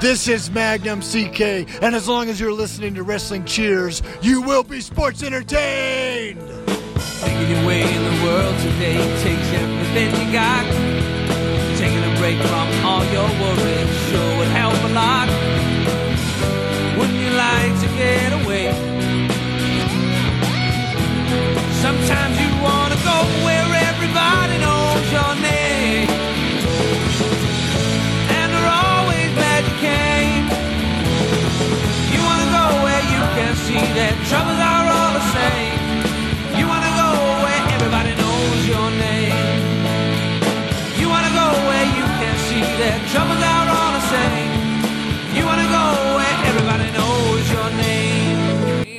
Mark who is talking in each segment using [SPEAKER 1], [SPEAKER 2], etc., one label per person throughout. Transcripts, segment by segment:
[SPEAKER 1] This is Magnum CK, and as long as you're listening to Wrestling Cheers, you will be sports entertained.
[SPEAKER 2] Making your way in the world today takes everything you got. Taking a break from all your worries sure would help a lot. Wouldn't you like to get away? Sometimes you wanna go where everybody knows your name. And they're always glad you came. You wanna go where you can see that troubles are all the same. You wanna go where everybody knows your name. You wanna go where you can see that troubles are all the same. You wanna go where everybody knows your name.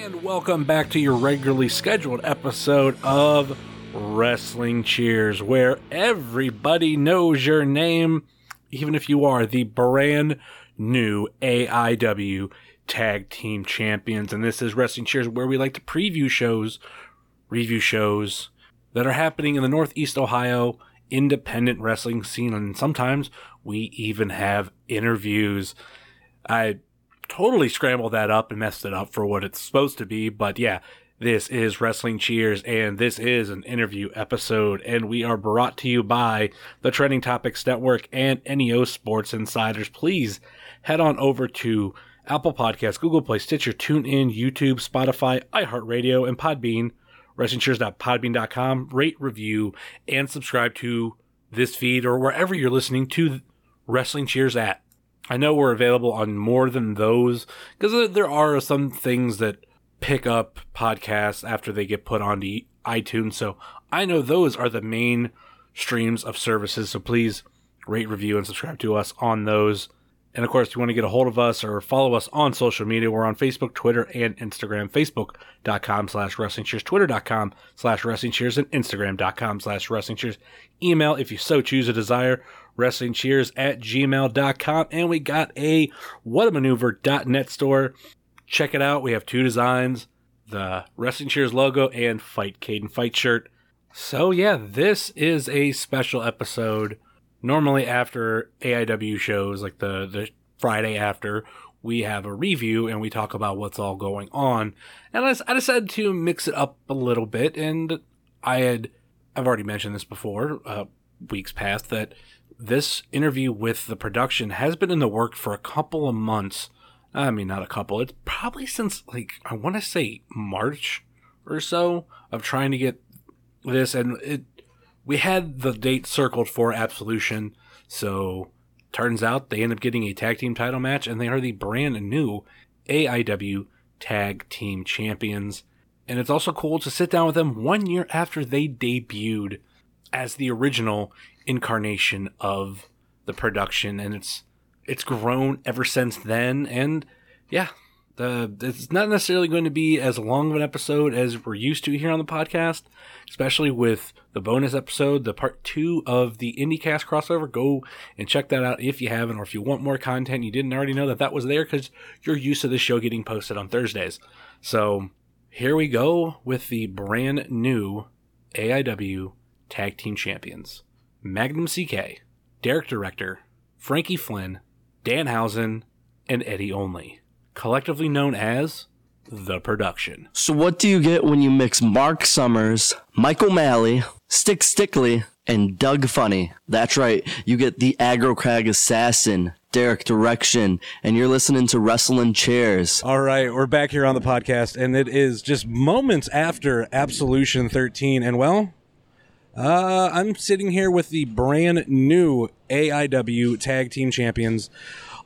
[SPEAKER 3] And welcome back to your regularly scheduled episode of Wrestling Cheers, where everybody knows your name, even if you are the brand new AIW Tag Team Champions. And this is Wrestling Cheers, where we like to preview shows, review shows that are happening in the Northeast Ohio independent wrestling scene. And sometimes we even have interviews. I totally scrambled that up and messed it up for what it's supposed to be. But yeah, this is Wrestling Cheers, and this is an interview episode, and we are brought to you by the Trending Topics Network and NEO Sports Insiders. Please head on over to Apple Podcasts, Google Play, Stitcher, TuneIn, YouTube, Spotify, iHeartRadio, and Podbean. WrestlingCheers.podbean.com. Rate, review, and subscribe to this feed or wherever you're listening to Wrestling Cheers at. I know we're available on more than those because there are some things that pick up podcasts after they get put onto E, iTunes. So I know those are the main streams of services. So please rate, review, and subscribe to us on those. And of course, if you want to get a hold of us or follow us on social media, we're on Facebook, Twitter, and Instagram. Facebook.com slash wrestling cheers, Twitter.com slash wrestling cheers, and Instagram.com slash wrestling cheers. Email, if you so choose a desire, wrestling cheers at gmail.com. And we got a whatamaneuver.net store. Check it out. We have two designs the wrestling cheers logo and fight Caden fight shirt. So, yeah, this is a special episode normally after AIW shows, like the the Friday after, we have a review and we talk about what's all going on. And I, s- I decided to mix it up a little bit, and I had I've already mentioned this before, uh, weeks past that this interview with the production has been in the work for a couple of months. I mean, not a couple. It's probably since like I want to say March or so of trying to get this, and it we had the date circled for Absolution, so turns out they end up getting a tag team title match, and they are the brand new AIW Tag Team Champions. And it's also cool to sit down with them one year after they debuted as the original incarnation of the production, and it's it's grown ever since then. And yeah, the it's not necessarily going to be as long of an episode as we're used to here on the podcast, especially with the bonus episode, the part two of the IndieCast crossover. Go and check that out if you haven't, or if you want more content, you didn't already know that that was there because you're used to the show getting posted on Thursdays. So here we go with the brand new AIW Tag Team Champions Magnum CK, Derek Director, Frankie Flynn, Dan Housen, and Eddie Only, collectively known as The Production.
[SPEAKER 4] So what do you get when you mix Mark Summers, Michael Malley, Stick Stickley, and Doug Funny? That's right, you get the Aggro Crag Assassin, Derek Direction, and you're listening to Wrestling Chairs.
[SPEAKER 5] All right, we're back here on the podcast, and it is just moments after Absolution 13. And well, uh, I'm sitting here with the brand new AIW Tag Team Champions,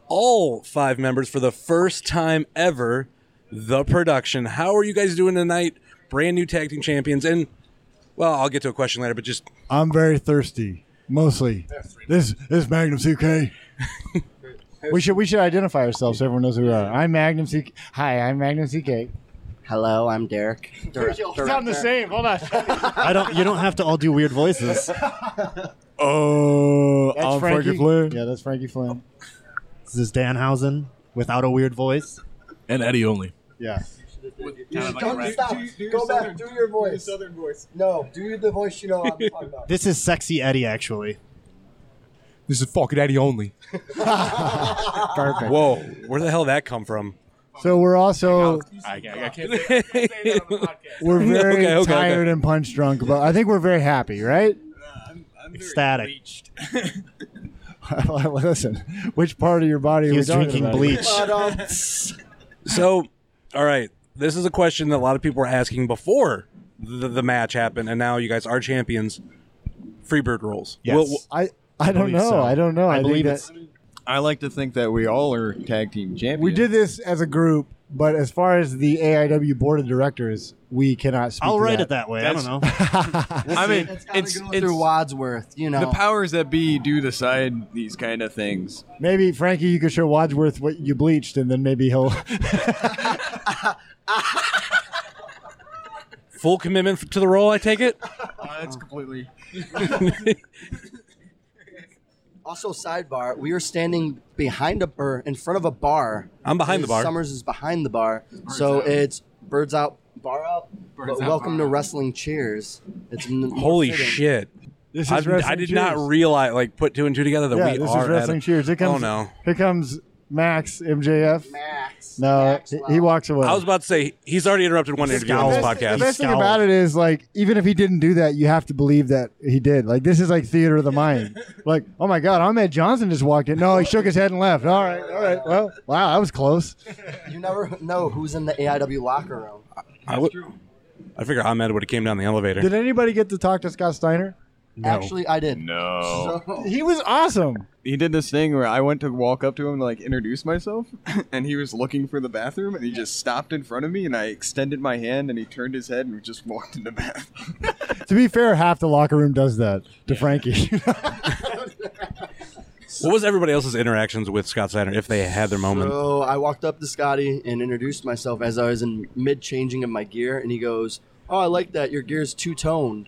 [SPEAKER 5] all five members for the first time ever. The production. How are you guys doing tonight? Brand new Tag Team Champions, and well, I'll get to a question later, but just
[SPEAKER 1] I'm very thirsty, mostly. This, this is Magnum CK.
[SPEAKER 6] We should we should identify ourselves so everyone knows who we are. I'm Magnum CK. Hi, I'm Magnum CK.
[SPEAKER 7] Hello, I'm Derek. Dir-
[SPEAKER 6] Sound the same. Hold on.
[SPEAKER 8] I don't. You don't have to all do weird voices.
[SPEAKER 9] Uh,
[SPEAKER 5] oh,
[SPEAKER 6] That's
[SPEAKER 5] I'm
[SPEAKER 6] Frankie.
[SPEAKER 5] Frankie Flynn
[SPEAKER 6] Yeah, that's Frankie Flynn.
[SPEAKER 8] This is Danhausen without a weird voice.
[SPEAKER 9] and Eddie only.
[SPEAKER 6] Yeah.
[SPEAKER 10] Don't stop. Go back. Do your voice. southern voice. No, do the voice you know I'm talking about.
[SPEAKER 8] This is sexy Eddie, actually.
[SPEAKER 9] This is fucking Eddie only.
[SPEAKER 6] Perfect.
[SPEAKER 3] Whoa, where the hell that come from?
[SPEAKER 6] So we're also
[SPEAKER 9] I, can't
[SPEAKER 6] we're
[SPEAKER 3] No,
[SPEAKER 6] very
[SPEAKER 3] okay, okay,
[SPEAKER 6] tired
[SPEAKER 3] okay.
[SPEAKER 6] and punch drunk, but I think we're very happy, right?
[SPEAKER 1] Ecstatic.
[SPEAKER 6] Listen, which part of your body are
[SPEAKER 1] He
[SPEAKER 6] we
[SPEAKER 1] was
[SPEAKER 6] talking
[SPEAKER 1] drinking
[SPEAKER 6] about?
[SPEAKER 1] bleach.
[SPEAKER 3] So, all right, this is a question that a lot of people were asking before the, the match happened, and now you guys are champions. Freebird rules.
[SPEAKER 1] Yes.
[SPEAKER 3] Well, well,
[SPEAKER 6] I I don't
[SPEAKER 1] believe
[SPEAKER 6] know.
[SPEAKER 1] so.
[SPEAKER 6] I don't know.
[SPEAKER 1] I
[SPEAKER 6] I, think
[SPEAKER 1] believe
[SPEAKER 6] that-
[SPEAKER 1] it's-
[SPEAKER 9] I like to think that we all are tag team champions.
[SPEAKER 6] we did this as a group, but as far as the AIW board of directors, we cannot speak.
[SPEAKER 1] I'll
[SPEAKER 6] to
[SPEAKER 1] write
[SPEAKER 6] that.
[SPEAKER 1] it that way. I don't know.
[SPEAKER 9] I mean,
[SPEAKER 7] It's gotta
[SPEAKER 9] it's,
[SPEAKER 7] go
[SPEAKER 9] it's
[SPEAKER 7] through Wadsworth, you know.
[SPEAKER 9] the powers that be do decide these kind of things.
[SPEAKER 6] Maybe Frankie, you could show Wadsworth what you bleached, and then maybe he'll.
[SPEAKER 3] full commitment f- to the role, I take it?
[SPEAKER 9] Uh, that's
[SPEAKER 8] Oh.
[SPEAKER 9] completely.
[SPEAKER 7] Also, sidebar: we were standing behind a bar, in front of a bar.
[SPEAKER 3] I'm behind the bar.
[SPEAKER 7] Summers is behind the bar, so it's birds out, bar out. but welcome to wrestling cheers. It's n- more
[SPEAKER 3] Holy
[SPEAKER 7] fitting.
[SPEAKER 3] shit.
[SPEAKER 6] this is
[SPEAKER 3] I've- I
[SPEAKER 6] wrestling
[SPEAKER 3] did not
[SPEAKER 6] cheers.
[SPEAKER 3] realize, like, put two and two together that
[SPEAKER 6] yeah,
[SPEAKER 3] we
[SPEAKER 6] this
[SPEAKER 3] are.
[SPEAKER 6] is wrestling
[SPEAKER 3] at,
[SPEAKER 6] cheers. Here comes.
[SPEAKER 3] Oh, no.
[SPEAKER 6] Here comes Max MJF.
[SPEAKER 7] Max.
[SPEAKER 6] No,
[SPEAKER 7] Max
[SPEAKER 6] he-
[SPEAKER 7] Lau.
[SPEAKER 6] he walks away.
[SPEAKER 3] I was about to say, he's already interrupted one interview on this
[SPEAKER 1] Scowl.
[SPEAKER 6] The
[SPEAKER 3] podcast.
[SPEAKER 6] best thing
[SPEAKER 1] scowled.
[SPEAKER 6] about it is like even if he didn't do that, you have to believe that he did. Like this is like theater of the mind. like oh my god, Ahmed Johnson just walked in. No, he shook his head and left. All right, all right. Well, wow, that was close.
[SPEAKER 7] You never know who's in the AIW locker room.
[SPEAKER 3] I, w- I figure Ahmed would have came down the elevator.
[SPEAKER 6] Did anybody get to talk to Scott Steiner?
[SPEAKER 7] Actually, I did.
[SPEAKER 9] No.
[SPEAKER 6] He was awesome.
[SPEAKER 9] He did this thing where I went to walk up to him to like introduce myself, and he was looking for the bathroom, and he just stopped in front of me, and I extended my hand, and he turned his head and just walked in the bathroom.
[SPEAKER 6] To be fair, half the locker room does that to Frankie.
[SPEAKER 3] What was everybody else's interactions with Scott Steiner if they had their moment?
[SPEAKER 7] So I walked up to Scotty and introduced myself as I was in mid changing of my gear, and he goes, "Oh, I like that. Your gear's two toned."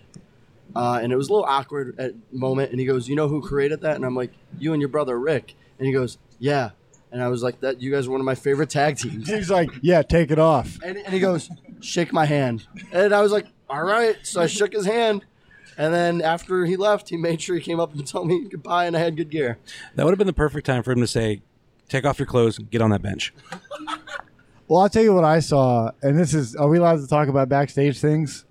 [SPEAKER 7] Uh, and it was a little awkward at moment. And he goes, "You know who created that?" And I'm like, "You and your brother Rick." And he goes, "Yeah." And I was like, "That you guys are one of my favorite tag teams."
[SPEAKER 6] He's like, yeah, take it off.
[SPEAKER 7] And, and he goes, "Shake my hand." And I was like, "All right." So I shook his hand. And then after he left, he made sure he came up and told me goodbye, and I had good gear.
[SPEAKER 3] That would have been the perfect time for him to say, take off your clothes, get on that bench.
[SPEAKER 6] Well, I'll tell you what I saw, and this is are we allowed to talk about backstage things?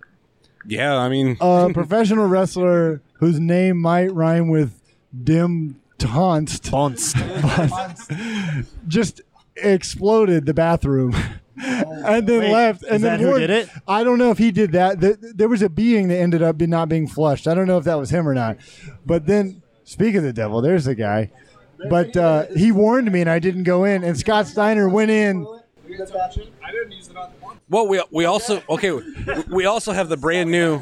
[SPEAKER 3] Yeah, I mean,
[SPEAKER 6] a professional wrestler whose name might rhyme with dim taunst just exploded the bathroom
[SPEAKER 8] Oh
[SPEAKER 6] and then
[SPEAKER 1] Wait,
[SPEAKER 6] left and
[SPEAKER 1] is that
[SPEAKER 6] then
[SPEAKER 1] who
[SPEAKER 6] Ward-
[SPEAKER 1] did it?
[SPEAKER 6] i don't know if he did that Th- there was a being that ended up be- not being flushed i don't know if that was him or not but then speak of the devil there's the guy but uh, he warned me and i didn't go in and scott steiner went in
[SPEAKER 3] well, we we also okay, we also have the brand new,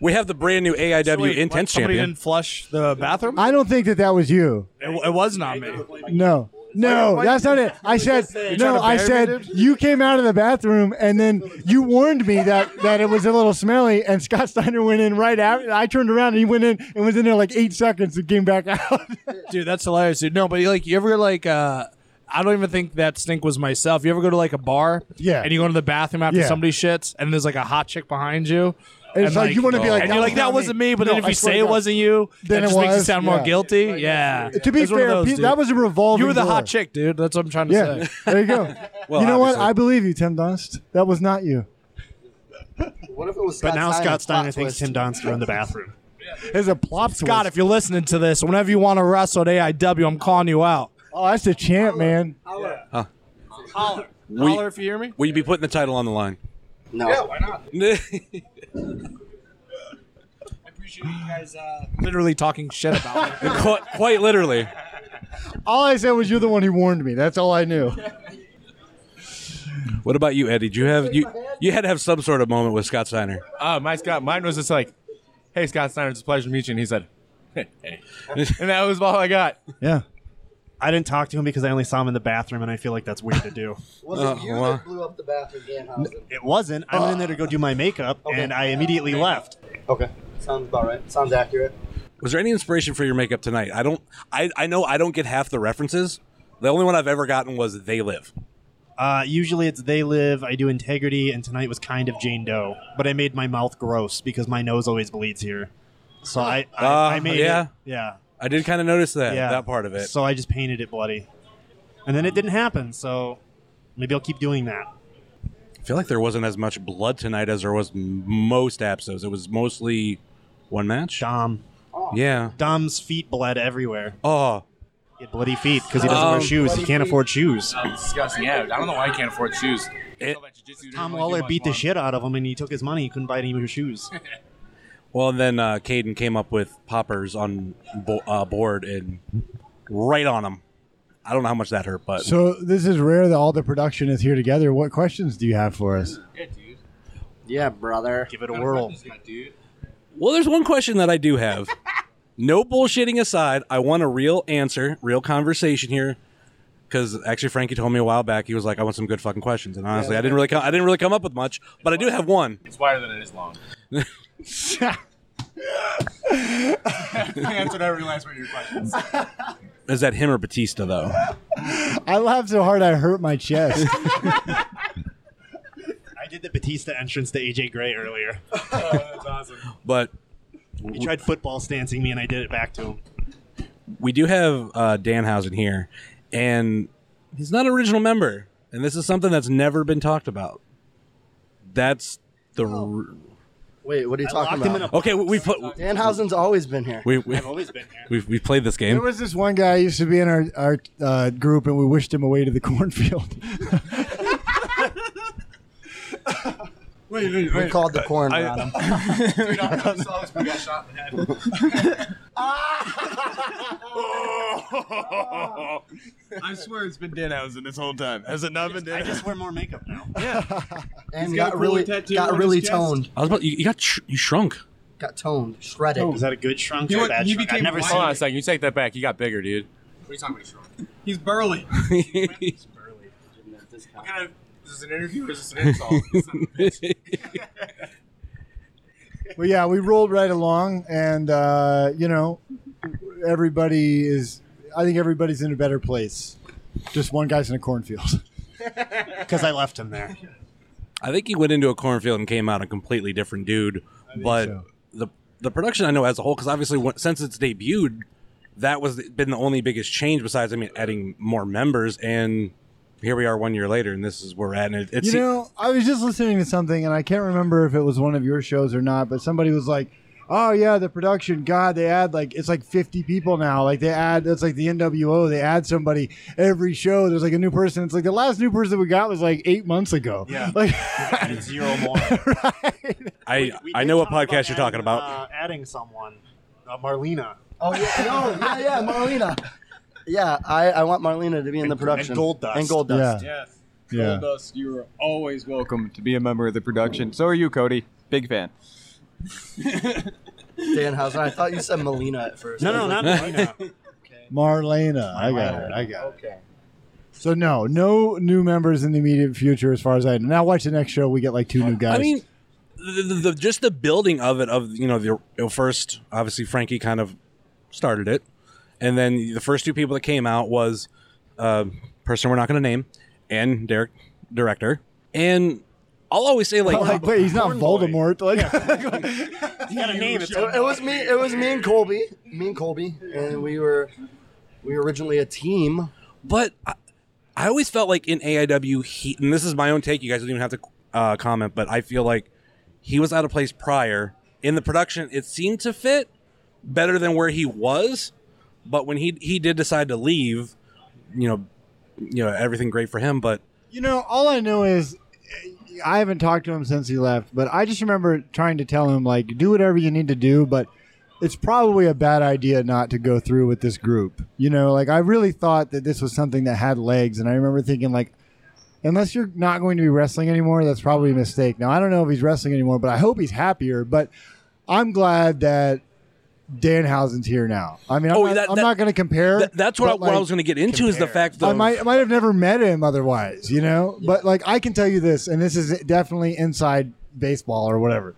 [SPEAKER 3] we have the brand new AIW Intense
[SPEAKER 8] somebody
[SPEAKER 3] champion.
[SPEAKER 8] didn't flush the bathroom?
[SPEAKER 6] i don't think that that was you
[SPEAKER 8] It, it was not me.
[SPEAKER 6] No. No, that's not it. I said
[SPEAKER 8] trying
[SPEAKER 6] no.
[SPEAKER 8] to
[SPEAKER 6] I
[SPEAKER 8] bury me,
[SPEAKER 6] said you came out of the bathroom and then you warned me that that it was a little smelly. And Scott Steiner went in right after. I turned around and he went in and was in there like eight seconds and came back out.
[SPEAKER 8] Dude, that's hilarious, dude. No, but like, you ever like, uh, I don't even think that stink was myself. You ever go to like a bar,
[SPEAKER 6] Yeah.
[SPEAKER 8] and you go into the bathroom after
[SPEAKER 6] Yeah.
[SPEAKER 8] somebody shits, and there's like a hot chick behind you,
[SPEAKER 6] And it's
[SPEAKER 8] And,
[SPEAKER 6] like,
[SPEAKER 8] like,
[SPEAKER 6] you want to be like,
[SPEAKER 8] and you're like, that wasn't me. But
[SPEAKER 6] No,
[SPEAKER 8] then if
[SPEAKER 6] I
[SPEAKER 8] you
[SPEAKER 6] swear
[SPEAKER 8] say it
[SPEAKER 6] to God.
[SPEAKER 8] wasn't you,
[SPEAKER 6] Then
[SPEAKER 8] that
[SPEAKER 6] it
[SPEAKER 8] just makes you
[SPEAKER 6] was,
[SPEAKER 8] sound more
[SPEAKER 6] yeah.
[SPEAKER 8] guilty. Yeah.
[SPEAKER 6] To be
[SPEAKER 8] It's one of
[SPEAKER 6] fair,
[SPEAKER 8] those,
[SPEAKER 6] pe-
[SPEAKER 8] dude.
[SPEAKER 6] that was a revolving.
[SPEAKER 8] you were the
[SPEAKER 6] door.
[SPEAKER 8] hot chick, dude. That's what I'm trying to
[SPEAKER 6] Yeah,
[SPEAKER 8] say.
[SPEAKER 6] there you go.
[SPEAKER 3] Well,
[SPEAKER 6] you know what?
[SPEAKER 3] obviously.
[SPEAKER 6] I believe you, Tim Donst. That was not you.
[SPEAKER 7] What if it was?
[SPEAKER 1] But now Scott Steiner
[SPEAKER 7] Plot
[SPEAKER 1] thinks Tim
[SPEAKER 7] twist.
[SPEAKER 1] Donster in the bathroom.
[SPEAKER 6] It's a plop
[SPEAKER 8] God,
[SPEAKER 6] twist.
[SPEAKER 8] if you're listening to this, whenever you want to wrestle at AIW, I'm calling you out.
[SPEAKER 6] Oh, that's the champ, man.
[SPEAKER 3] We-
[SPEAKER 8] if you hear me.
[SPEAKER 3] Will you be putting the title on the line?
[SPEAKER 7] No.
[SPEAKER 8] uh, Literally talking shit about me.
[SPEAKER 3] quite, quite literally.
[SPEAKER 6] All I said was you're the one who warned me. That's all I knew.
[SPEAKER 3] What about you, Eddie? Do you have you you had to have some sort of moment with Scott Steiner?
[SPEAKER 8] Uh, my Scott, mine was just like, "Hey, Scott Steiner, it's a pleasure to meet you." And he said, "Hey," and that was all I got.
[SPEAKER 6] Yeah.
[SPEAKER 1] I didn't talk to him because I only saw him in the bathroom, and I feel like that's weird to do.
[SPEAKER 7] Was
[SPEAKER 8] Uh,
[SPEAKER 7] it you that blew up the bathroom, Danhausen?
[SPEAKER 1] It wasn't. I went in there to go do my makeup, and I immediately left.
[SPEAKER 7] Okay, sounds about right. Sounds accurate.
[SPEAKER 3] Was there any inspiration for your makeup tonight? I don't. I I know I don't get half the references. The only one I've ever gotten was "They Live."
[SPEAKER 1] Uh, usually it's They Live, I do Integrity, and tonight was kind of Jane Doe. But I made my mouth gross because my nose always bleeds here. So I, I,
[SPEAKER 3] Uh,
[SPEAKER 1] I made
[SPEAKER 3] yeah.
[SPEAKER 1] it. Yeah.
[SPEAKER 3] I did kind of notice that
[SPEAKER 8] Yeah.
[SPEAKER 3] that part of it.
[SPEAKER 8] So I just painted it bloody, and then it didn't happen. So maybe I'll keep doing that.
[SPEAKER 3] I feel like there wasn't as much blood tonight as there was m- most episodes. It was mostly one match.
[SPEAKER 8] Dom.
[SPEAKER 3] Yeah.
[SPEAKER 8] Dom's feet bled everywhere.
[SPEAKER 3] Oh.
[SPEAKER 8] He had bloody feet because he doesn't wear shoes. He can't afford shoes.
[SPEAKER 2] disgusting. Yeah, I don't know why I can't afford shoes.
[SPEAKER 8] Tom Lawler beat the shit out of him, and he took his money. He couldn't buy any new shoes.
[SPEAKER 3] Well, and then uh, Caden came up with poppers on bo- uh, board and right on him. I don't know how much that hurt, but
[SPEAKER 1] So this is rare that all the production is here together. What questions do you have for us?
[SPEAKER 7] Yeah, brother.
[SPEAKER 8] Give it a whirl.
[SPEAKER 3] Well, there's one question that I do have. no bullshitting aside, I want a real answer, real conversation here. Because actually, Frankie told me a while back he was like, "I want some good fucking questions," and honestly, I didn't really, co- I didn't really come up with much, but I do have one.
[SPEAKER 2] It's wider than it is long. That's what I realized from your questions.
[SPEAKER 3] Is that him or Batista though?
[SPEAKER 1] I laughed so hard I hurt my chest.
[SPEAKER 8] I did the Batista entrance to AJ Gray earlier.
[SPEAKER 2] Oh, that's awesome.
[SPEAKER 3] But
[SPEAKER 8] He tried football stancing me, and I did it back to him.
[SPEAKER 3] we do have uh, Danhausen here, and he's not an original member, and this is something that's never been talked about. That's the
[SPEAKER 1] Oh.
[SPEAKER 3] r-
[SPEAKER 7] Wait, what are you
[SPEAKER 8] I
[SPEAKER 7] talking
[SPEAKER 8] locked him
[SPEAKER 7] about?
[SPEAKER 8] in a
[SPEAKER 3] okay. We, we put
[SPEAKER 7] Danhausen's always been here.
[SPEAKER 3] we we
[SPEAKER 8] I've always been here.
[SPEAKER 3] we've, we've played this
[SPEAKER 1] There
[SPEAKER 3] game.
[SPEAKER 1] was this one guy who used to be in our our uh, group, and we wished him away to the cornfield.
[SPEAKER 2] Wait, wait,
[SPEAKER 7] We called the corner
[SPEAKER 2] I-
[SPEAKER 7] on him.
[SPEAKER 2] Dude, I thought saw this. We got shot in the head.
[SPEAKER 9] I swear it's been Danhausen this whole time. Has it not been
[SPEAKER 8] I
[SPEAKER 9] Danhausen?
[SPEAKER 8] just wear more makeup now.
[SPEAKER 7] And
[SPEAKER 2] got a
[SPEAKER 7] got,
[SPEAKER 2] cool
[SPEAKER 7] really
[SPEAKER 2] tattoo
[SPEAKER 7] got
[SPEAKER 2] on
[SPEAKER 7] really
[SPEAKER 2] his chest.
[SPEAKER 7] toned.
[SPEAKER 3] I was about you, you got sh- you shrunk.
[SPEAKER 7] Got toned. Shredded.
[SPEAKER 8] Is that a good shrunk
[SPEAKER 2] You
[SPEAKER 8] or a
[SPEAKER 2] went-
[SPEAKER 8] bad
[SPEAKER 2] you
[SPEAKER 8] shrunk? I've
[SPEAKER 2] became
[SPEAKER 8] never
[SPEAKER 2] white.
[SPEAKER 8] seen
[SPEAKER 2] Hold on a
[SPEAKER 8] it.
[SPEAKER 2] second. You take that back. You got bigger, dude. What are you talking about? He's burly. What kind of? Is this an interview or is this an insult?
[SPEAKER 1] well, yeah, we rolled right along, and uh, you know, everybody is. I think everybody's in a better place. Just one guy's in a cornfield.
[SPEAKER 8] Because I left him there.
[SPEAKER 3] I think he went into a cornfield and came out a completely different dude. But
[SPEAKER 1] so.
[SPEAKER 3] the the production I know as a whole, because obviously when, since it's debuted, that was the, been the only biggest change. Besides, I mean, adding more members, and here we are one year later, and this is where we're at. And it, it's
[SPEAKER 1] You know, I was just listening to something, and I can't remember if it was one of your shows or not, but somebody was like, "Oh yeah, the production. God, they add like it's like fifty people now. Like they add. It's like the NWO. They add somebody every show. There's like a new person. It's like the last new person we got was like eight months ago.
[SPEAKER 8] Yeah.
[SPEAKER 1] Like,
[SPEAKER 8] Added zero more.
[SPEAKER 1] right?
[SPEAKER 3] I
[SPEAKER 8] We
[SPEAKER 3] I
[SPEAKER 8] did
[SPEAKER 3] know what
[SPEAKER 8] talk about
[SPEAKER 3] podcast you're talking
[SPEAKER 8] adding,
[SPEAKER 3] about.
[SPEAKER 8] Uh, adding someone. Uh, Marlena.
[SPEAKER 7] Oh yeah, no, yeah, yeah, Marlena. Yeah, I, I want Marlena to be in the production.
[SPEAKER 8] and Gold Dust.
[SPEAKER 7] And gold dust.
[SPEAKER 9] Yes.
[SPEAKER 1] Yeah.
[SPEAKER 9] Goldust, you are always welcome to be a member of the production. So are you, Cody. Big fan.
[SPEAKER 7] Danhausen. I thought you said Melina at first.
[SPEAKER 8] No,
[SPEAKER 7] I
[SPEAKER 8] no,
[SPEAKER 7] was
[SPEAKER 8] uh, not
[SPEAKER 7] like,
[SPEAKER 8] Marlena.
[SPEAKER 1] Marlena. I got
[SPEAKER 7] Marlena.
[SPEAKER 1] it. I got it.
[SPEAKER 7] Okay.
[SPEAKER 1] So no, no new members in the immediate future, as far as I know. Now watch the next show. We get like two new guys.
[SPEAKER 3] I mean, the, the, the just the building of it of you know the you know, first obviously Frankie kind of started it, and then the first two people that came out was uh, person we're not going to name and Derek director, and I'll always say like,
[SPEAKER 1] like wait, he's not Voldemort. Like,
[SPEAKER 8] You got a name. It's
[SPEAKER 7] It, it was me. It was me and Colby. Me and Colby, and we were we were originally a team.
[SPEAKER 3] but I, I always felt like in AIW he and this is my own take. You guys don't even have to uh, comment, but I feel like he was out of place prior in the production. It seemed to fit better than where he was, but when he he did decide to leave, you know, you know everything great for him, but
[SPEAKER 1] You know, all I know is I haven't talked to him since he left, but I just remember trying to tell him like do whatever you need to do, but it's probably a bad idea not to go through with this group. You know, like I really thought that this was something that had legs and I remember thinking like unless you're not going to be wrestling anymore, that's probably a mistake. Now, I don't know if he's wrestling anymore, but I hope he's happier, but I'm glad that Danhausen's here now. I mean, I'm
[SPEAKER 3] Oh,
[SPEAKER 1] not,
[SPEAKER 3] that-
[SPEAKER 1] I'm
[SPEAKER 3] that-
[SPEAKER 1] not going to compare.
[SPEAKER 3] Th- that's what I,
[SPEAKER 1] but,
[SPEAKER 3] what I
[SPEAKER 1] like,
[SPEAKER 3] was going to get into is the fact that
[SPEAKER 1] I might, might have never met him otherwise, you know? But like I can tell you this, and this is definitely inside baseball or whatever.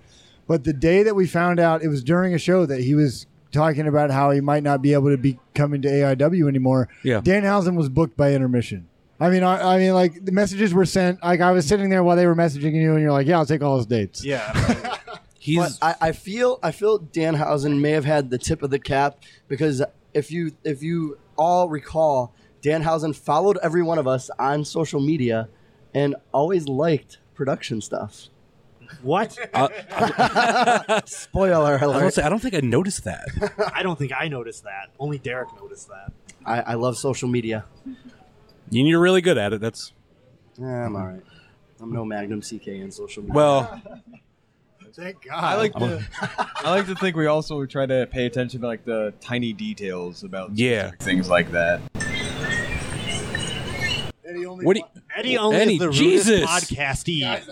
[SPEAKER 1] But the day that we found out, it was during a show that he was talking about how he might not be able to be coming to AIW anymore.
[SPEAKER 3] Yeah.
[SPEAKER 1] Danhausen was booked by intermission. I mean, I, I mean, like the messages were sent. Like I was sitting there while they were messaging you, and you're like, "Yeah, I'll take all his dates."
[SPEAKER 8] Yeah.
[SPEAKER 3] he's
[SPEAKER 7] But I, I feel I feel Danhausen may have had the tip of the cap because if you if you all recall, Danhausen followed every one of us on social media, and always liked production stuff.
[SPEAKER 1] What?
[SPEAKER 7] Spoiler alert!
[SPEAKER 3] I, don't say, I don't think I noticed that.
[SPEAKER 1] I don't think I noticed that. Only Derek noticed that.
[SPEAKER 7] I, I love social media.
[SPEAKER 3] And You're really good at it. That's
[SPEAKER 7] Yeah, I'm all right. I'm no Magnum CK in social media.
[SPEAKER 3] Mm-hmm. well.
[SPEAKER 6] Thank God.
[SPEAKER 9] I like
[SPEAKER 7] I'm-
[SPEAKER 9] to, I like to think we also try to pay attention to like the tiny details about
[SPEAKER 3] Yeah.
[SPEAKER 9] specific things like that.
[SPEAKER 3] What do you,
[SPEAKER 1] Eddie only
[SPEAKER 3] Eddie,
[SPEAKER 1] is the
[SPEAKER 3] Jesus.
[SPEAKER 1] rudest podcastee.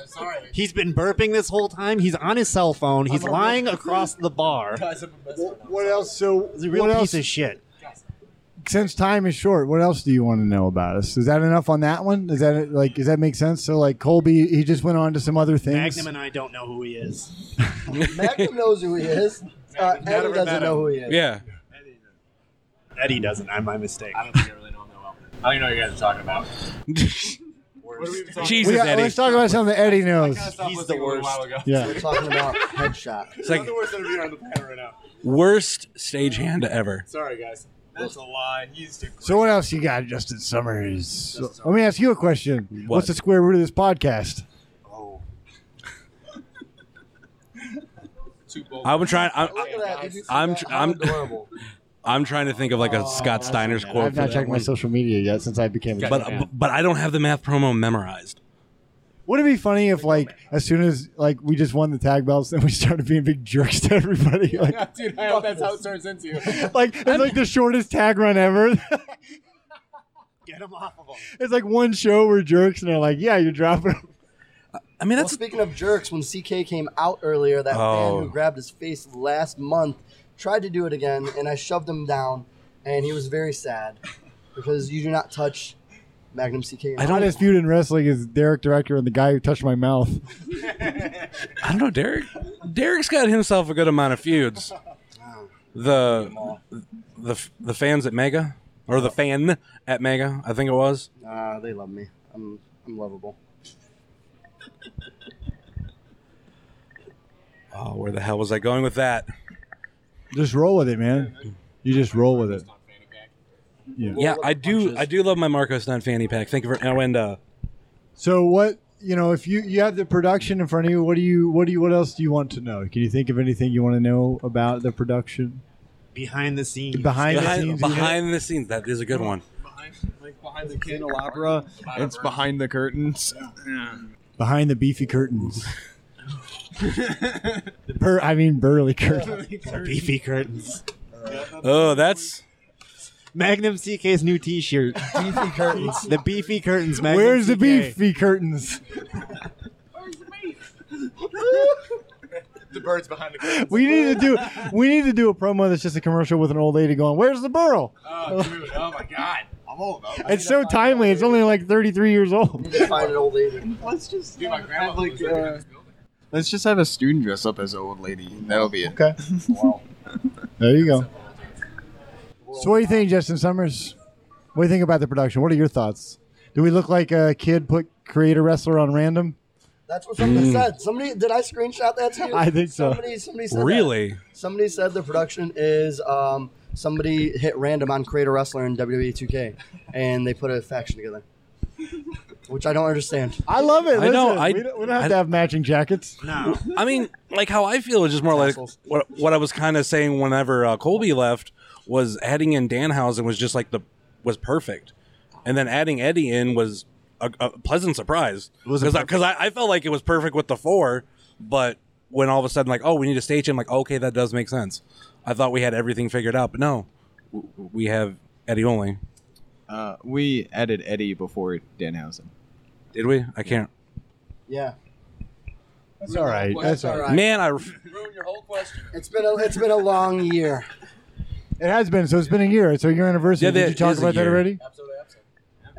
[SPEAKER 1] He's been burping this whole time. He's on his cell phone. He's lying across the bar.
[SPEAKER 6] What else? So
[SPEAKER 1] He's a real
[SPEAKER 6] what
[SPEAKER 1] piece
[SPEAKER 6] else?
[SPEAKER 1] of shit.
[SPEAKER 6] Since time is short, what else do you want to know about us? Is that enough on that one? Is that like? Does that make sense? So like, Colby, he just went on to some other things.
[SPEAKER 1] Magnum and I don't know who he is.
[SPEAKER 7] Magnum knows who he is. Uh, Eddie doesn't know who he is.
[SPEAKER 3] yeah.
[SPEAKER 1] Eddie doesn't. I'm my mistake.
[SPEAKER 8] I don't even know what you guys are talking about.
[SPEAKER 3] Jesus,
[SPEAKER 6] We got-
[SPEAKER 3] Eddie.
[SPEAKER 6] let's talk about something that Eddie knows.
[SPEAKER 8] He's the worst. A while ago.
[SPEAKER 6] Yeah.
[SPEAKER 7] We're talking about headshot.
[SPEAKER 3] It's like
[SPEAKER 8] the worst interviewer on the planet right now.
[SPEAKER 3] worst stagehand ever.
[SPEAKER 8] Sorry, guys. That's a lie. He's too.
[SPEAKER 6] So what else you got, Justin Summers? So- let me ask you a question. What's the square root of this podcast?
[SPEAKER 8] Too bold.
[SPEAKER 3] I'm trying. I'm,
[SPEAKER 7] Look at that. Did you see
[SPEAKER 3] I'm
[SPEAKER 7] that?
[SPEAKER 3] tr-
[SPEAKER 7] How
[SPEAKER 3] I'm-
[SPEAKER 7] adorable.
[SPEAKER 3] I'm trying to think of like a Scott Steiner's quote.
[SPEAKER 6] Oh, I've
[SPEAKER 3] for
[SPEAKER 6] not
[SPEAKER 3] that
[SPEAKER 6] checked my
[SPEAKER 3] one.
[SPEAKER 6] social media yet since I became a
[SPEAKER 3] but but I don't have the math promo memorized.
[SPEAKER 6] Would it be funny if, like, as soon as like we just won the tag belts, then we started being big jerks to everybody? Like,
[SPEAKER 8] Dude, I hope that's how it turns into.
[SPEAKER 6] like it's like the shortest tag run ever.
[SPEAKER 1] Get him off of him.
[SPEAKER 6] it's like one show where jerks, and they're like, "Yeah, you're dropping." them."
[SPEAKER 3] I mean,
[SPEAKER 7] Well,
[SPEAKER 3] that's
[SPEAKER 7] speaking of jerks, when CK came out earlier, that
[SPEAKER 3] Oh.
[SPEAKER 7] man who grabbed his face last month tried to do it again, and I shoved him down, and he was very sad because you do not touch Magnum CK.
[SPEAKER 3] I don't-
[SPEAKER 6] Hottest feud in wrestling is Derek Director and the guy who touched my mouth.
[SPEAKER 3] I don't know. Derek Derek's got himself a good amount of feuds. The the the fans at Mega or the fan at Mega, I think it was.
[SPEAKER 7] Ah, they love me. I'm I'm lovable.
[SPEAKER 3] Oh, where the hell was I going with that?
[SPEAKER 6] Just roll with it, man. You just roll with it.
[SPEAKER 3] Yeah, I do. I do love my Marcos non fanny pack. Thank you for oh, and uh,
[SPEAKER 6] So what you know, if you you have the production in front of you, what do you what do you what else do you want to know? Can you think of anything you want to know about the production
[SPEAKER 1] Behind the scenes.
[SPEAKER 6] behind, the
[SPEAKER 3] behind,
[SPEAKER 6] scenes?
[SPEAKER 3] behind the scenes. That is a good one.
[SPEAKER 9] Like behind the candelabra, it's behind the curtains.
[SPEAKER 6] behind the beefy curtains. Bur- I mean burly curtains.
[SPEAKER 1] Beefy curtains.
[SPEAKER 3] Oh, that's
[SPEAKER 1] Magnum CK's new T-shirt. Beefy curtains. the beefy curtains. Magnum
[SPEAKER 6] Where's the
[SPEAKER 1] CK.
[SPEAKER 6] beefy curtains?
[SPEAKER 8] The bird's behind the curtain.
[SPEAKER 6] We need to do we need to do a promo that's just a commercial with an old lady going, "Where's the burl?"
[SPEAKER 8] Oh, dude. Oh, my God. I'm all about it.
[SPEAKER 6] It's so timely. It's only like 33 years old.
[SPEAKER 7] Just find an old lady.
[SPEAKER 9] Let's just
[SPEAKER 8] Dude, my grandma
[SPEAKER 9] like,
[SPEAKER 8] like,
[SPEAKER 9] uh, let's just have a student dress up as an old lady. That'll be it.
[SPEAKER 6] Okay. There you go. So, what do you think, Justin Summers? What do you think about the production? What are your thoughts? Do we look like a kid put create a wrestler on random?
[SPEAKER 7] That's what
[SPEAKER 3] Mm.
[SPEAKER 7] somebody said. Somebody did I screenshot that to you?
[SPEAKER 6] I think so.
[SPEAKER 7] Somebody somebody said that.
[SPEAKER 3] really
[SPEAKER 7] Somebody said the production is um, somebody hit random on create a wrestler in WWE 2K, and they put a faction together, which I don't understand.
[SPEAKER 6] I love it.
[SPEAKER 3] I know,
[SPEAKER 6] Listen,
[SPEAKER 3] I-
[SPEAKER 6] we, don't, we don't have
[SPEAKER 3] I-
[SPEAKER 6] to have matching jackets.
[SPEAKER 1] No.
[SPEAKER 3] I mean, like how I feel is just more like
[SPEAKER 7] Tassels.
[SPEAKER 3] what what I was kind of saying whenever uh, Colby left was adding in Danhausen was just like the was perfect, and then adding Eddie in was a, a pleasant surprise
[SPEAKER 1] was a
[SPEAKER 3] because because I, I, felt like it was perfect with the four, but when all of a sudden like oh we need to stage him like okay that does make sense. I thought we had everything figured out, but no, w- w- we have Eddie only.
[SPEAKER 9] Uh, we added Eddie before Danhausen.
[SPEAKER 3] Did we? I can't.
[SPEAKER 7] Yeah,
[SPEAKER 6] That's all right. That's all right.
[SPEAKER 3] Man, I
[SPEAKER 8] Ruin your whole question.
[SPEAKER 7] it's been a it's been a long year.
[SPEAKER 6] It has been. So it's been a year. So your anniversary.
[SPEAKER 3] Yeah,
[SPEAKER 6] Did
[SPEAKER 3] that
[SPEAKER 6] you talk
[SPEAKER 3] is a
[SPEAKER 6] about that
[SPEAKER 3] year.
[SPEAKER 6] already?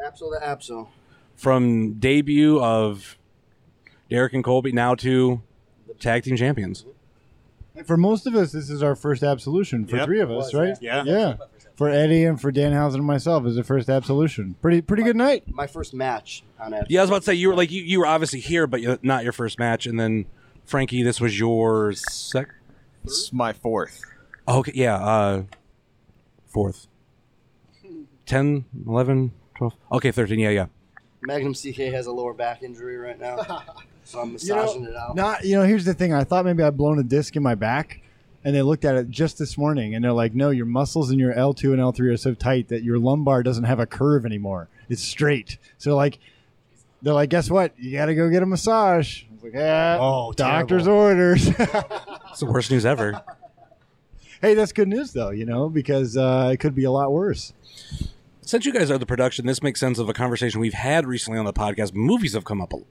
[SPEAKER 7] Absol to Absol.
[SPEAKER 3] from debut of Derek and Colby now to tag team champions.
[SPEAKER 6] For most of us, this is our first absolution. For
[SPEAKER 1] Yep.
[SPEAKER 6] three of us, right?
[SPEAKER 1] Yeah.
[SPEAKER 6] Yeah. For Eddie and for Danhausen and myself is the first absolution. Pretty pretty good night.
[SPEAKER 7] My first match on Absol.
[SPEAKER 3] Yeah, I was about to say you were like you, you were obviously here, but you- not your first match. And then Frankie, this was your sec. oh,
[SPEAKER 9] It's my fourth.
[SPEAKER 3] Okay, yeah. Uh, Fourth. 10, 11, 12. Okay, 13. Yeah, yeah.
[SPEAKER 7] Magnum CK has a lower back injury right now, so I'm massaging it out.
[SPEAKER 1] Not, you know, here's the thing. I thought maybe I'd blown a disc in my back, and they looked at it just this morning, and they're like, "No, your muscles in your L2 and L3 are so tight that your lumbar doesn't have a curve anymore. It's straight." So like, they're like, "Guess what? You got to go get a massage." I was like, "Yeah,
[SPEAKER 3] Oh,
[SPEAKER 1] doctor's
[SPEAKER 3] terrible.
[SPEAKER 1] orders."
[SPEAKER 3] It's the worst news ever.
[SPEAKER 1] hey, that's good news though, you know, because uh, it could be a lot worse.
[SPEAKER 3] Since you guys are the production, this makes sense of a conversation we've had recently on the podcast. Movies have come up, a-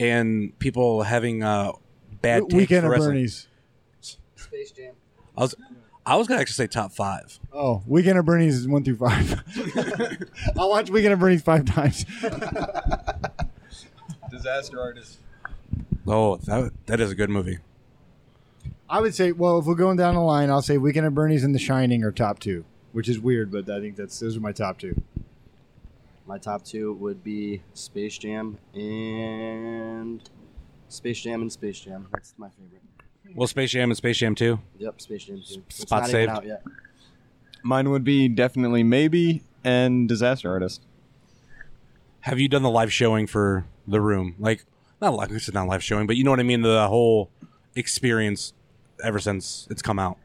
[SPEAKER 3] and people having uh, bad takes
[SPEAKER 1] Weekend
[SPEAKER 3] for
[SPEAKER 1] of
[SPEAKER 3] wrestling.
[SPEAKER 1] Bernie's.
[SPEAKER 7] Space Jam.
[SPEAKER 3] I was, I was gonna actually say top five.
[SPEAKER 1] Oh, Weekend of Bernie's is one through five. I watched Weekend of Bernie's five times.
[SPEAKER 9] Disaster artist.
[SPEAKER 3] Oh, that that is a good movie.
[SPEAKER 1] I would say, well, if we're going down the line, I'll say Weekend at Bernie's and The Shining are top two, which is weird, but I think that's those are my top two.
[SPEAKER 7] My top two would be Space Jam and Space Jam and Space Jam. That's my favorite.
[SPEAKER 3] Well, Space Jam and Space Jam Two.
[SPEAKER 7] Yep, Space Jam. Too. It's
[SPEAKER 3] Spot
[SPEAKER 7] not
[SPEAKER 3] saved.
[SPEAKER 7] Even out yet.
[SPEAKER 9] Mine would be definitely maybe and disaster artist.
[SPEAKER 3] Have you done the live showing for the room? Like, not live. This is not live showing, but you know what I mean. The whole experience ever since it's come out.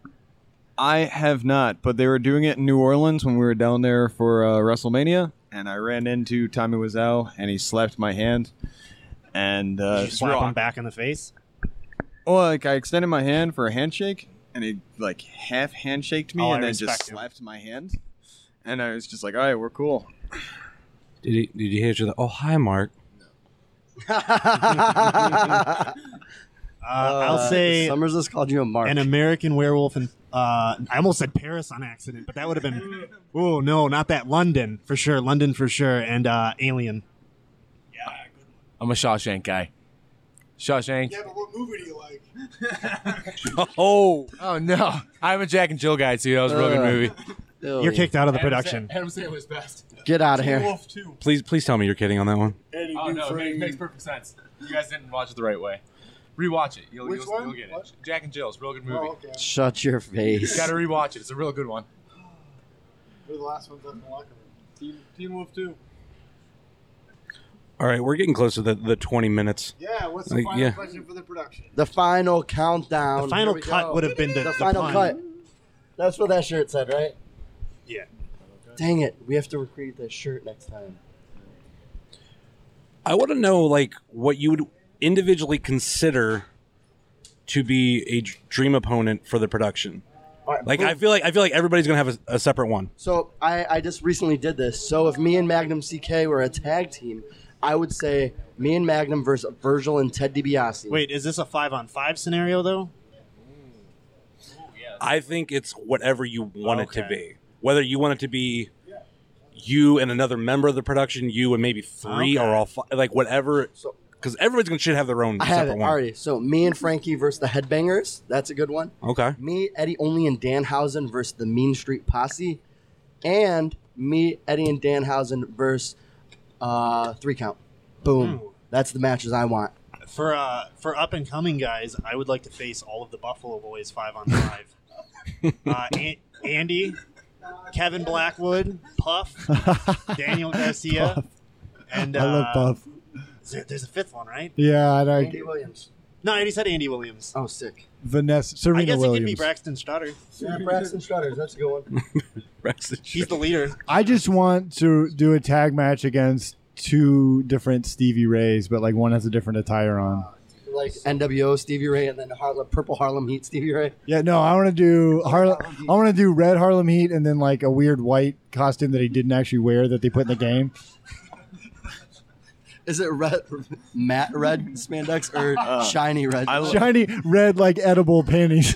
[SPEAKER 9] I have not, but they were doing it in New Orleans when we were down there for uh, WrestleMania, and I ran into Tommy Wiseau, and he slapped my hand, and uh,
[SPEAKER 8] Did you slap
[SPEAKER 9] real-
[SPEAKER 8] him back in the face.
[SPEAKER 9] Well, like I extended my hand for a handshake, and he like half handshaked me,
[SPEAKER 8] Oh, I
[SPEAKER 9] and then just
[SPEAKER 8] respect him.
[SPEAKER 9] slapped my hand, and I was just like, "All right, we're cool."
[SPEAKER 3] Did you, did you hear you? Oh, hi, Mark.
[SPEAKER 8] Uh, I'll say
[SPEAKER 7] Summers has called you a mark.
[SPEAKER 8] An American Werewolf and uh, I almost said Paris on accident, but that would have been. Oh no, not that London for sure. London for sure, and uh, Alien.
[SPEAKER 2] I'm a Shawshank guy. Shawshank.
[SPEAKER 6] but what movie do you like?
[SPEAKER 3] Oh,
[SPEAKER 2] oh no! I'm a Jack and Jill guy too. That was a real
[SPEAKER 8] Uh,
[SPEAKER 2] good movie.
[SPEAKER 7] ew.
[SPEAKER 8] You're kicked out of the
[SPEAKER 2] Adam Sa-
[SPEAKER 8] production.
[SPEAKER 2] Adam Sandler's best.
[SPEAKER 7] Get out of
[SPEAKER 2] Teen
[SPEAKER 7] here.
[SPEAKER 2] Wolf 2.
[SPEAKER 3] Please, please tell me you're kidding on that one.
[SPEAKER 2] Oh no, it makes perfect sense. You guys didn't watch it the right way. Rewatch it. You'll,
[SPEAKER 6] Which
[SPEAKER 2] you'll,
[SPEAKER 6] one? Oh,
[SPEAKER 2] you'll get it. Jack and Jill's real good movie.
[SPEAKER 7] Shut your
[SPEAKER 2] You
[SPEAKER 7] face.
[SPEAKER 2] gotta rewatch it. It's a real good one.
[SPEAKER 6] We're the last ones up in the locker room. Team, Team Wolf 2.
[SPEAKER 3] All right, we're getting close to the, the 20 minutes.
[SPEAKER 6] Yeah, what's the
[SPEAKER 3] Like,
[SPEAKER 6] final
[SPEAKER 3] yeah.
[SPEAKER 6] question for the production?
[SPEAKER 7] The final countdown.
[SPEAKER 8] The
[SPEAKER 7] Here
[SPEAKER 8] final
[SPEAKER 7] we
[SPEAKER 8] cut
[SPEAKER 7] go.
[SPEAKER 8] would have been the,
[SPEAKER 7] the final cut. That's what that shirt said, right?
[SPEAKER 8] Yeah.
[SPEAKER 7] Dang it, we have to recreate that shirt next time.
[SPEAKER 3] I want to know like what you would individually consider to be a d- dream opponent for the production.
[SPEAKER 7] All right,
[SPEAKER 3] Like
[SPEAKER 7] boom.
[SPEAKER 3] I feel like I feel like everybody's gonna have a, a separate one.
[SPEAKER 7] So I, I just recently did this. So if me and Magnum CK were a tag team, I would say me and Magnum versus Virgil and Ted DiBiase.
[SPEAKER 8] Wait, is this a five on five scenario though?
[SPEAKER 3] I think it's whatever you want it to be. Whether you want it to be you and another member of the production, you and maybe three
[SPEAKER 7] Okay.
[SPEAKER 3] or all five, like whatever. Because everybody's gonna should have their own
[SPEAKER 7] I had
[SPEAKER 3] separate
[SPEAKER 7] it
[SPEAKER 3] one.
[SPEAKER 7] already. So me and Frankie versus the Headbangers. That's a good one.
[SPEAKER 3] Okay.
[SPEAKER 7] Me, Eddie Only, and Danhausen versus the Mean Street Posse, and me, Eddie, and Danhausen versus uh, Three Count. Boom. That's the matches I want.
[SPEAKER 8] For uh, for up and coming guys, I would like to face all of the Buffalo Boys five on five. uh, An- Andy, Kevin Blackwood, Puff, Daniel Garcia, and uh,
[SPEAKER 1] I love Puff.
[SPEAKER 8] is there- there's a fifth one, right?
[SPEAKER 1] Yeah, and I,
[SPEAKER 7] Williams.
[SPEAKER 8] No, I already said Andy Williams.
[SPEAKER 7] Oh, sick.
[SPEAKER 1] Vanessa Serena
[SPEAKER 8] I guess it could be
[SPEAKER 1] Williams.
[SPEAKER 8] Braxton Stutter.
[SPEAKER 7] Yeah, Braxton Strutters. That's a good one.
[SPEAKER 8] He's the leader.
[SPEAKER 1] I just want to do a tag match against two different Stevie Rays, but like one has a different attire on.
[SPEAKER 7] like NWO Stevie Ray and then Harlem Purple Harlem Heat Stevie Ray.
[SPEAKER 1] Yeah, no, I want to do Harlem. I want to do red Harlem Heat and then like a weird white costume that he didn't actually wear that they put in the game.
[SPEAKER 7] Is it red, matte red spandex or
[SPEAKER 9] Uh,
[SPEAKER 7] shiny red?
[SPEAKER 9] I lo-
[SPEAKER 1] Shiny red like edible panties.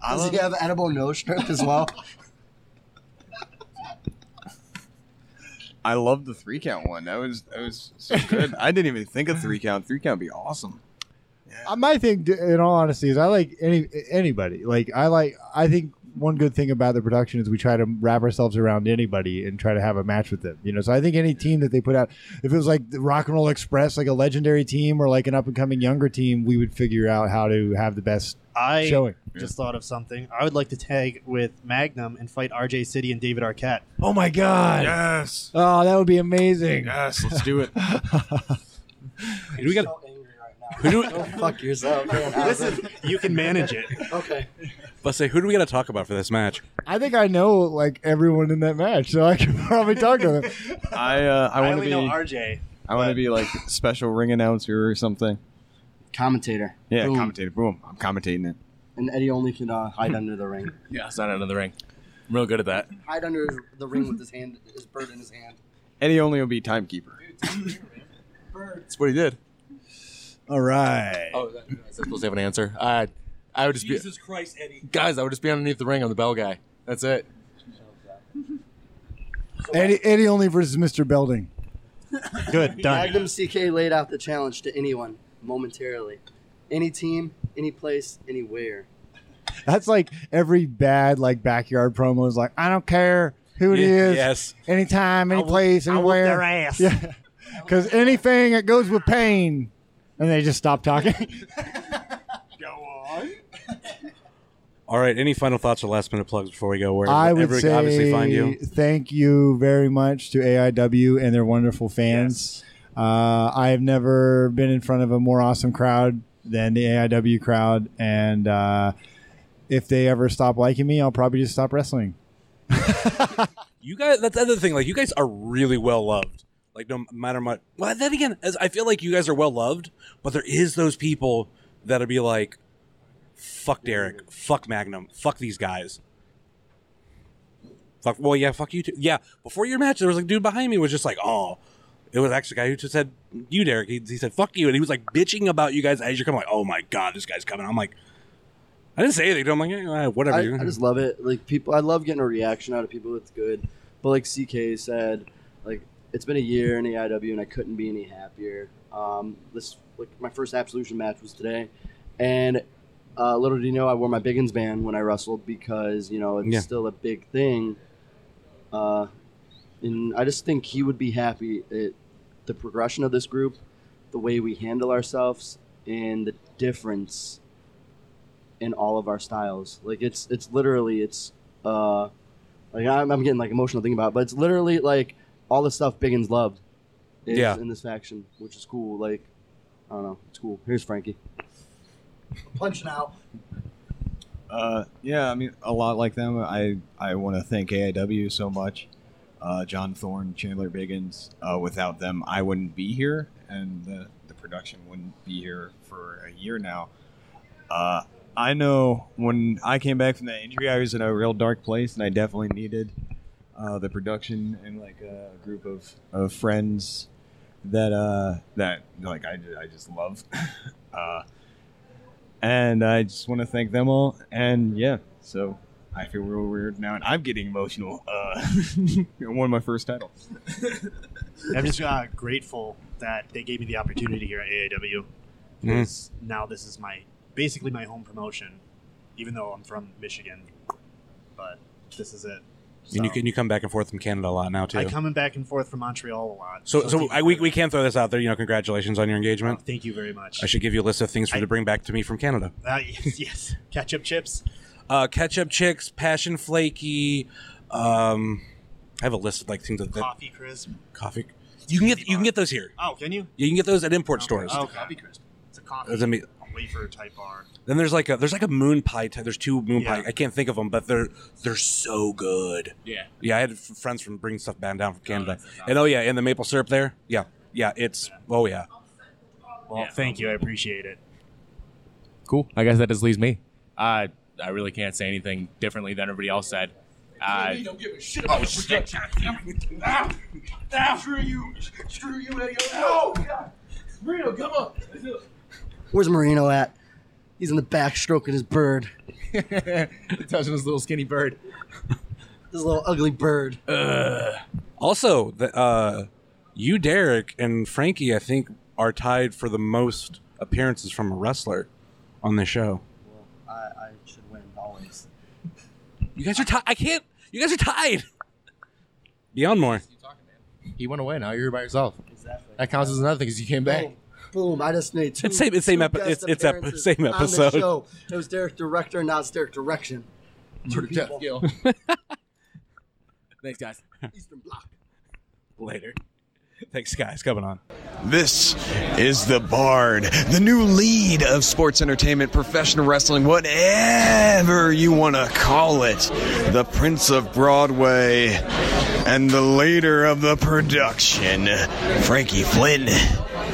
[SPEAKER 9] I
[SPEAKER 7] Does
[SPEAKER 9] love
[SPEAKER 7] he have edible nose strip as well?
[SPEAKER 9] I love the three count one. That was that was so good. I didn't even think of three count. Three count would be awesome.
[SPEAKER 6] um,
[SPEAKER 1] Uh, My thing, d- in all honesty, is I like any anybody. Like I like I think
[SPEAKER 6] one good thing about the production is we try to wrap ourselves around anybody and try to have a match with them. You know, so I think any team that they put out, if it was like the Rock and Roll Express, like a legendary team or like an up and coming younger team, we would figure out how to have the best
[SPEAKER 8] I
[SPEAKER 6] showing.
[SPEAKER 8] just thought of something. I would like to tag with Magnum and fight RJ City and David Arquette.
[SPEAKER 6] Oh my God!
[SPEAKER 8] Yes.
[SPEAKER 6] Oh, that would be amazing.
[SPEAKER 8] Yes,
[SPEAKER 11] let's do it.
[SPEAKER 3] we got who do we,
[SPEAKER 7] fuck yourself.
[SPEAKER 8] Listen, you can manage it.
[SPEAKER 7] Okay.
[SPEAKER 3] let's say who do we got to talk about for this match?
[SPEAKER 6] I think I know like everyone in that match, so I could probably talk to them.
[SPEAKER 9] I uh, I
[SPEAKER 8] I
[SPEAKER 9] want to
[SPEAKER 8] only
[SPEAKER 9] be
[SPEAKER 8] know RJ.
[SPEAKER 9] I want to be like special ring announcer or something.
[SPEAKER 7] Commentator.
[SPEAKER 9] Yeah,
[SPEAKER 7] Boom.
[SPEAKER 9] commentator. Boom. I'm commentating it.
[SPEAKER 7] And Eddie only can uh, hide under the ring.
[SPEAKER 11] Yeah, it's not under the ring. I'm real good at that.
[SPEAKER 7] Hide under his- the ring with his hand, his bird in his hand.
[SPEAKER 9] Eddie only will be timekeeper. That's what he did.
[SPEAKER 6] All right.
[SPEAKER 11] Oh, that, I'm supposed to have an answer. I, I would just
[SPEAKER 3] Jesus Christ, Eddie.
[SPEAKER 11] be guys. I would just be underneath the ring. I'm the bell guy. That's it.
[SPEAKER 6] Eddie, Eddie only versus Mr. Belding.
[SPEAKER 8] Good,
[SPEAKER 7] Magnum CK laid out the challenge to anyone momentarily, any team, any place, anywhere.
[SPEAKER 6] That's like every bad like backyard promo is like, I don't care who it
[SPEAKER 3] Yeah,
[SPEAKER 6] is,
[SPEAKER 3] yes.
[SPEAKER 6] anytime, any place,
[SPEAKER 8] I whoop
[SPEAKER 6] anywhere.
[SPEAKER 8] their ass.
[SPEAKER 6] Yeah, because anything that goes with pain, and they just stop talking.
[SPEAKER 8] Go on.
[SPEAKER 3] All right, any final thoughts or last minute plugs before we go? Where
[SPEAKER 6] I would
[SPEAKER 3] everyone
[SPEAKER 6] say
[SPEAKER 3] can obviously find you.
[SPEAKER 6] thank you very much to AIW and their wonderful fans. Uh, I have never been in front of a more awesome crowd than the AIW crowd, and uh, if they ever stop liking me, I'll probably just stop wrestling.
[SPEAKER 3] You guys, that's the other thing. Like, you guys are really well loved. Like, no matter what. Well, then again, as I feel like you guys are well loved, but there is those people that'll be like, "Fuck Derek, fuck Magnum, fuck these guys." Fuck. Well, yeah, fuck you too. Yeah. Before your match, there was like dude behind me was just like, "Oh." It was actually a guy who just said, "You, Derek." He, he said, "Fuck you," and he was like bitching about you guys as you're coming. Like, "Oh my god, this guy's coming." I'm like, I didn't say anything. to him. I'm like, "Eh, whatever.
[SPEAKER 7] I,
[SPEAKER 3] dude."
[SPEAKER 7] I just love it. Like people, I love getting a reaction out of people. It's good. But like CK said, like it's been a year in AIW, and I couldn't be any happier. Um, this like my first Absolution match was today, and uh, little do you know, I wore my Biggins band when I wrestled because you know it's
[SPEAKER 3] Yeah.
[SPEAKER 7] still a big thing. Uh, and I just think he would be happy at the progression of this group, the way we handle ourselves, and the difference in all of our styles. Like it's it's literally it's uh like I'm, I'm getting like emotional thinking about, it, but it's literally like all the stuff Biggins loved is
[SPEAKER 3] Yeah.
[SPEAKER 7] in this faction, which is cool. Like I don't know, it's cool. Here's Frankie.
[SPEAKER 12] Punching out.
[SPEAKER 9] Uh, yeah, I mean, a lot like them. I I want to thank AIW so much. Uh, John Thorne, Chandler Biggins. Uh, without them, I wouldn't be here, and the, the production wouldn't be here for a year now. Uh, I know when I came back from that injury, I was in a real dark place, and I definitely needed uh, the production and like a group of, of friends that uh, that like I, ju- I just love. uh, and I just want to thank them all. And yeah, so I feel real weird now, and I'm getting emotional. Uh, won my first title.
[SPEAKER 8] I'm just uh, grateful that they gave me the opportunity here at AAW.
[SPEAKER 3] Mm.
[SPEAKER 8] 'cause Now this is my basically my home promotion, even though I'm from Michigan. But this is it.
[SPEAKER 3] And you
[SPEAKER 8] So,
[SPEAKER 3] can you come back and forth from Canada a lot now too.
[SPEAKER 8] I coming back and forth from Montreal a lot.
[SPEAKER 3] So, so
[SPEAKER 8] thank
[SPEAKER 3] I,
[SPEAKER 8] you
[SPEAKER 3] we,
[SPEAKER 8] very
[SPEAKER 3] we can throw this out there. You know, congratulations on your engagement.
[SPEAKER 8] much. thank you very much.
[SPEAKER 3] I should give you a list of things for you
[SPEAKER 8] I-
[SPEAKER 3] to bring back to me from Canada.
[SPEAKER 8] Uh, yes, yes. ketchup chips.
[SPEAKER 3] Uh, ketchup chicks, passion flaky. Um, I have a list of like things that, that
[SPEAKER 8] Coffee crisp.
[SPEAKER 3] coffee. You can get you can get those here.
[SPEAKER 8] Oh, can you?
[SPEAKER 3] You can get those at import stores.
[SPEAKER 8] Oh, coffee crisp. It's a coffee
[SPEAKER 3] Doesn't mean-
[SPEAKER 8] wafer type bar.
[SPEAKER 3] Then there's like a there's like a moon pie. Type. There's two moon
[SPEAKER 8] Yeah.
[SPEAKER 3] pie. I can't think of them, but they're they're so good.
[SPEAKER 11] Yeah.
[SPEAKER 3] Yeah, I had f- friends from bring stuff back down from Canada,
[SPEAKER 11] that's
[SPEAKER 3] and oh yeah, and the maple syrup there. Yeah, yeah, it's oh yeah.
[SPEAKER 8] Well, thank you. I appreciate it.
[SPEAKER 11] Cool. I guess that just leaves me. I I really can't say anything differently than everybody else said. Uh,
[SPEAKER 13] don't give a shit about oh, shit. Now, now, screw you, screw you, Eddie. No, God. Marino, come on.
[SPEAKER 7] Where's Marino at? He's in the back stroking his bird.
[SPEAKER 11] Uh, touching his little skinny bird.
[SPEAKER 7] This little ugly bird.
[SPEAKER 3] Also, the, uh, you, Derek, and Frankie, I think, are tied for the most appearances from a wrestler on the show.
[SPEAKER 7] I, I should win always.
[SPEAKER 5] You guys are tied. I can't. You guys are tied. Beyond more.
[SPEAKER 14] He went away. Now you're here by yourself. Exactly. That counts as another thing because you came back.
[SPEAKER 7] Boom! I just need two.
[SPEAKER 14] It's same- it's same
[SPEAKER 7] two
[SPEAKER 14] epi-
[SPEAKER 7] guest
[SPEAKER 14] it's- it's ep-
[SPEAKER 7] appearances
[SPEAKER 14] same
[SPEAKER 7] on the
[SPEAKER 14] episode.
[SPEAKER 7] show. It was Derek director, now it's Derek direction. Two people.
[SPEAKER 14] Thanks, guys.
[SPEAKER 7] Eastern Bloc.
[SPEAKER 5] Later. Thanks, guys. Coming on.
[SPEAKER 9] This is the Bard, the new lead of sports entertainment, professional wrestling, whatever you want to call it. The Prince of Broadway and the leader of the production, Frankie Flynn.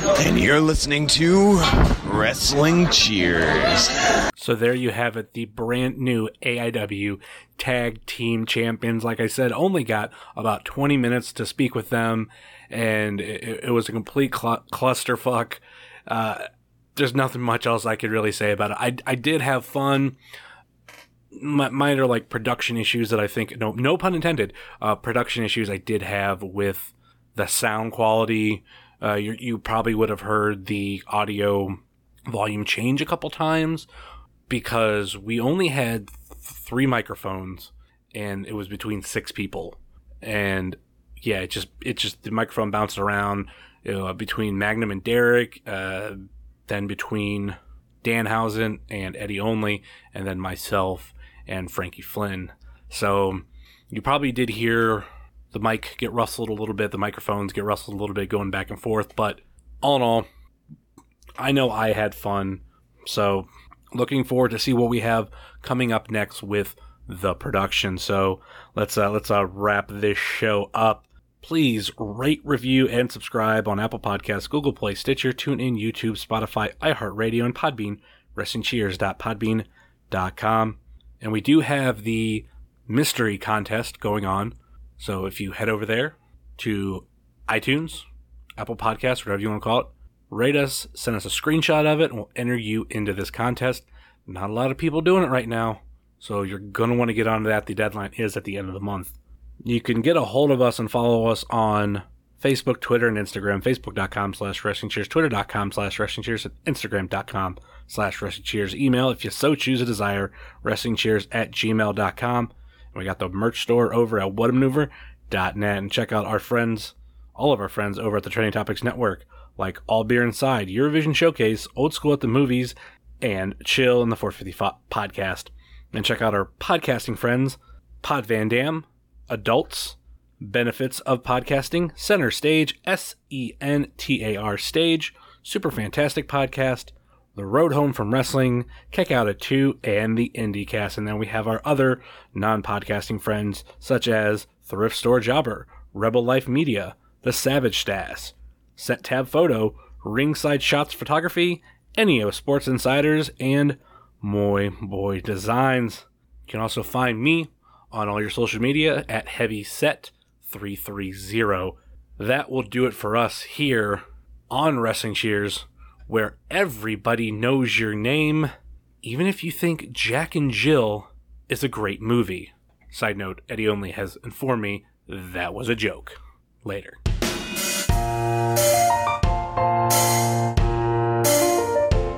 [SPEAKER 9] And you're listening to Wrestling Cheers.
[SPEAKER 3] So there you have it, the brand new AIW Tag Team Champions. Like I said, only got about 20 minutes to speak with them, and it, it was a complete cl- clusterfuck. Uh, there's nothing much else I could really say about it. I, I did have fun. Mi- minor like production issues that I think no no pun intended uh, production issues I did have with the sound quality. Uh, you, you probably would have heard the audio volume change a couple times because we only had th- three microphones and it was between six people and yeah it just it just the microphone bounced around you know, between Magnum and Derek uh, then between Danhausen and Eddie Only, and then myself and Frankie Flynn. So you probably did hear the mic get rustled a little bit, the microphones get rustled a little bit going back and forth, but all in all, I know I had fun. So looking forward to see what we have coming up next with the production. So let's uh, let's uh, wrap this show up. Please rate, review, and subscribe on Apple Podcasts, Google Play, Stitcher, TuneIn, YouTube, Spotify, iHeartRadio, and Podbean. Wrestlingcheers.podbean.com. And we do have the mystery contest going on. So if you head over there to iTunes, Apple Podcasts, whatever you want to call it, rate us, send us a screenshot of it, and we'll enter you into this contest. Not a lot of people doing it right now, so you're going to want to get onto that. The deadline is at the end of the month. You can get a hold of us and follow us on Facebook, Twitter, and Instagram. Facebook.com slash wrestling cheers, Twitter.com slash wrestling cheers, and Instagram.com slash wrestling cheers. Email, if you so choose a desire, wrestling cheers at gmail.com. And we got the merch store over at whatamaneuver.net. And check out our friends, all of our friends over at the Training Topics Network, like All Beer Inside, Eurovision Showcase, Old School at the Movies, and Chill in the 450 podcast. And check out our podcasting friends, Pod Van Dam, Adults, Benefits of Podcasting, Center Stage, S E N T A R Stage, Super Fantastic Podcast, The Road Home from Wrestling, Kick Out at 2, and the IndieCast. And then we have our other non podcasting friends, such as Thrift Store Jobber, Rebel Life Media, The Savage Stass, Set Tab Photo, Ringside Shots Photography, Enio Sports Insiders, and Moy Boy Designs. You can also find me on all your social media at HeavySet330. That will do it for us here on Wrestling Cheers, where everybody knows your name, even if you think Jack and Jill is a great movie. Side note Eddie Only has informed me that was a joke. Later.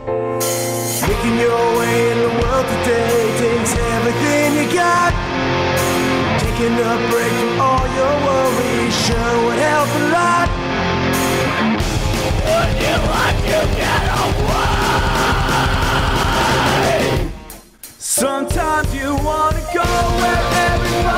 [SPEAKER 15] Making your way in the world today takes everything you got. Taking a break from all your worries sure would help a lot. Would you like to get away? Sometimes you wanna go where everybody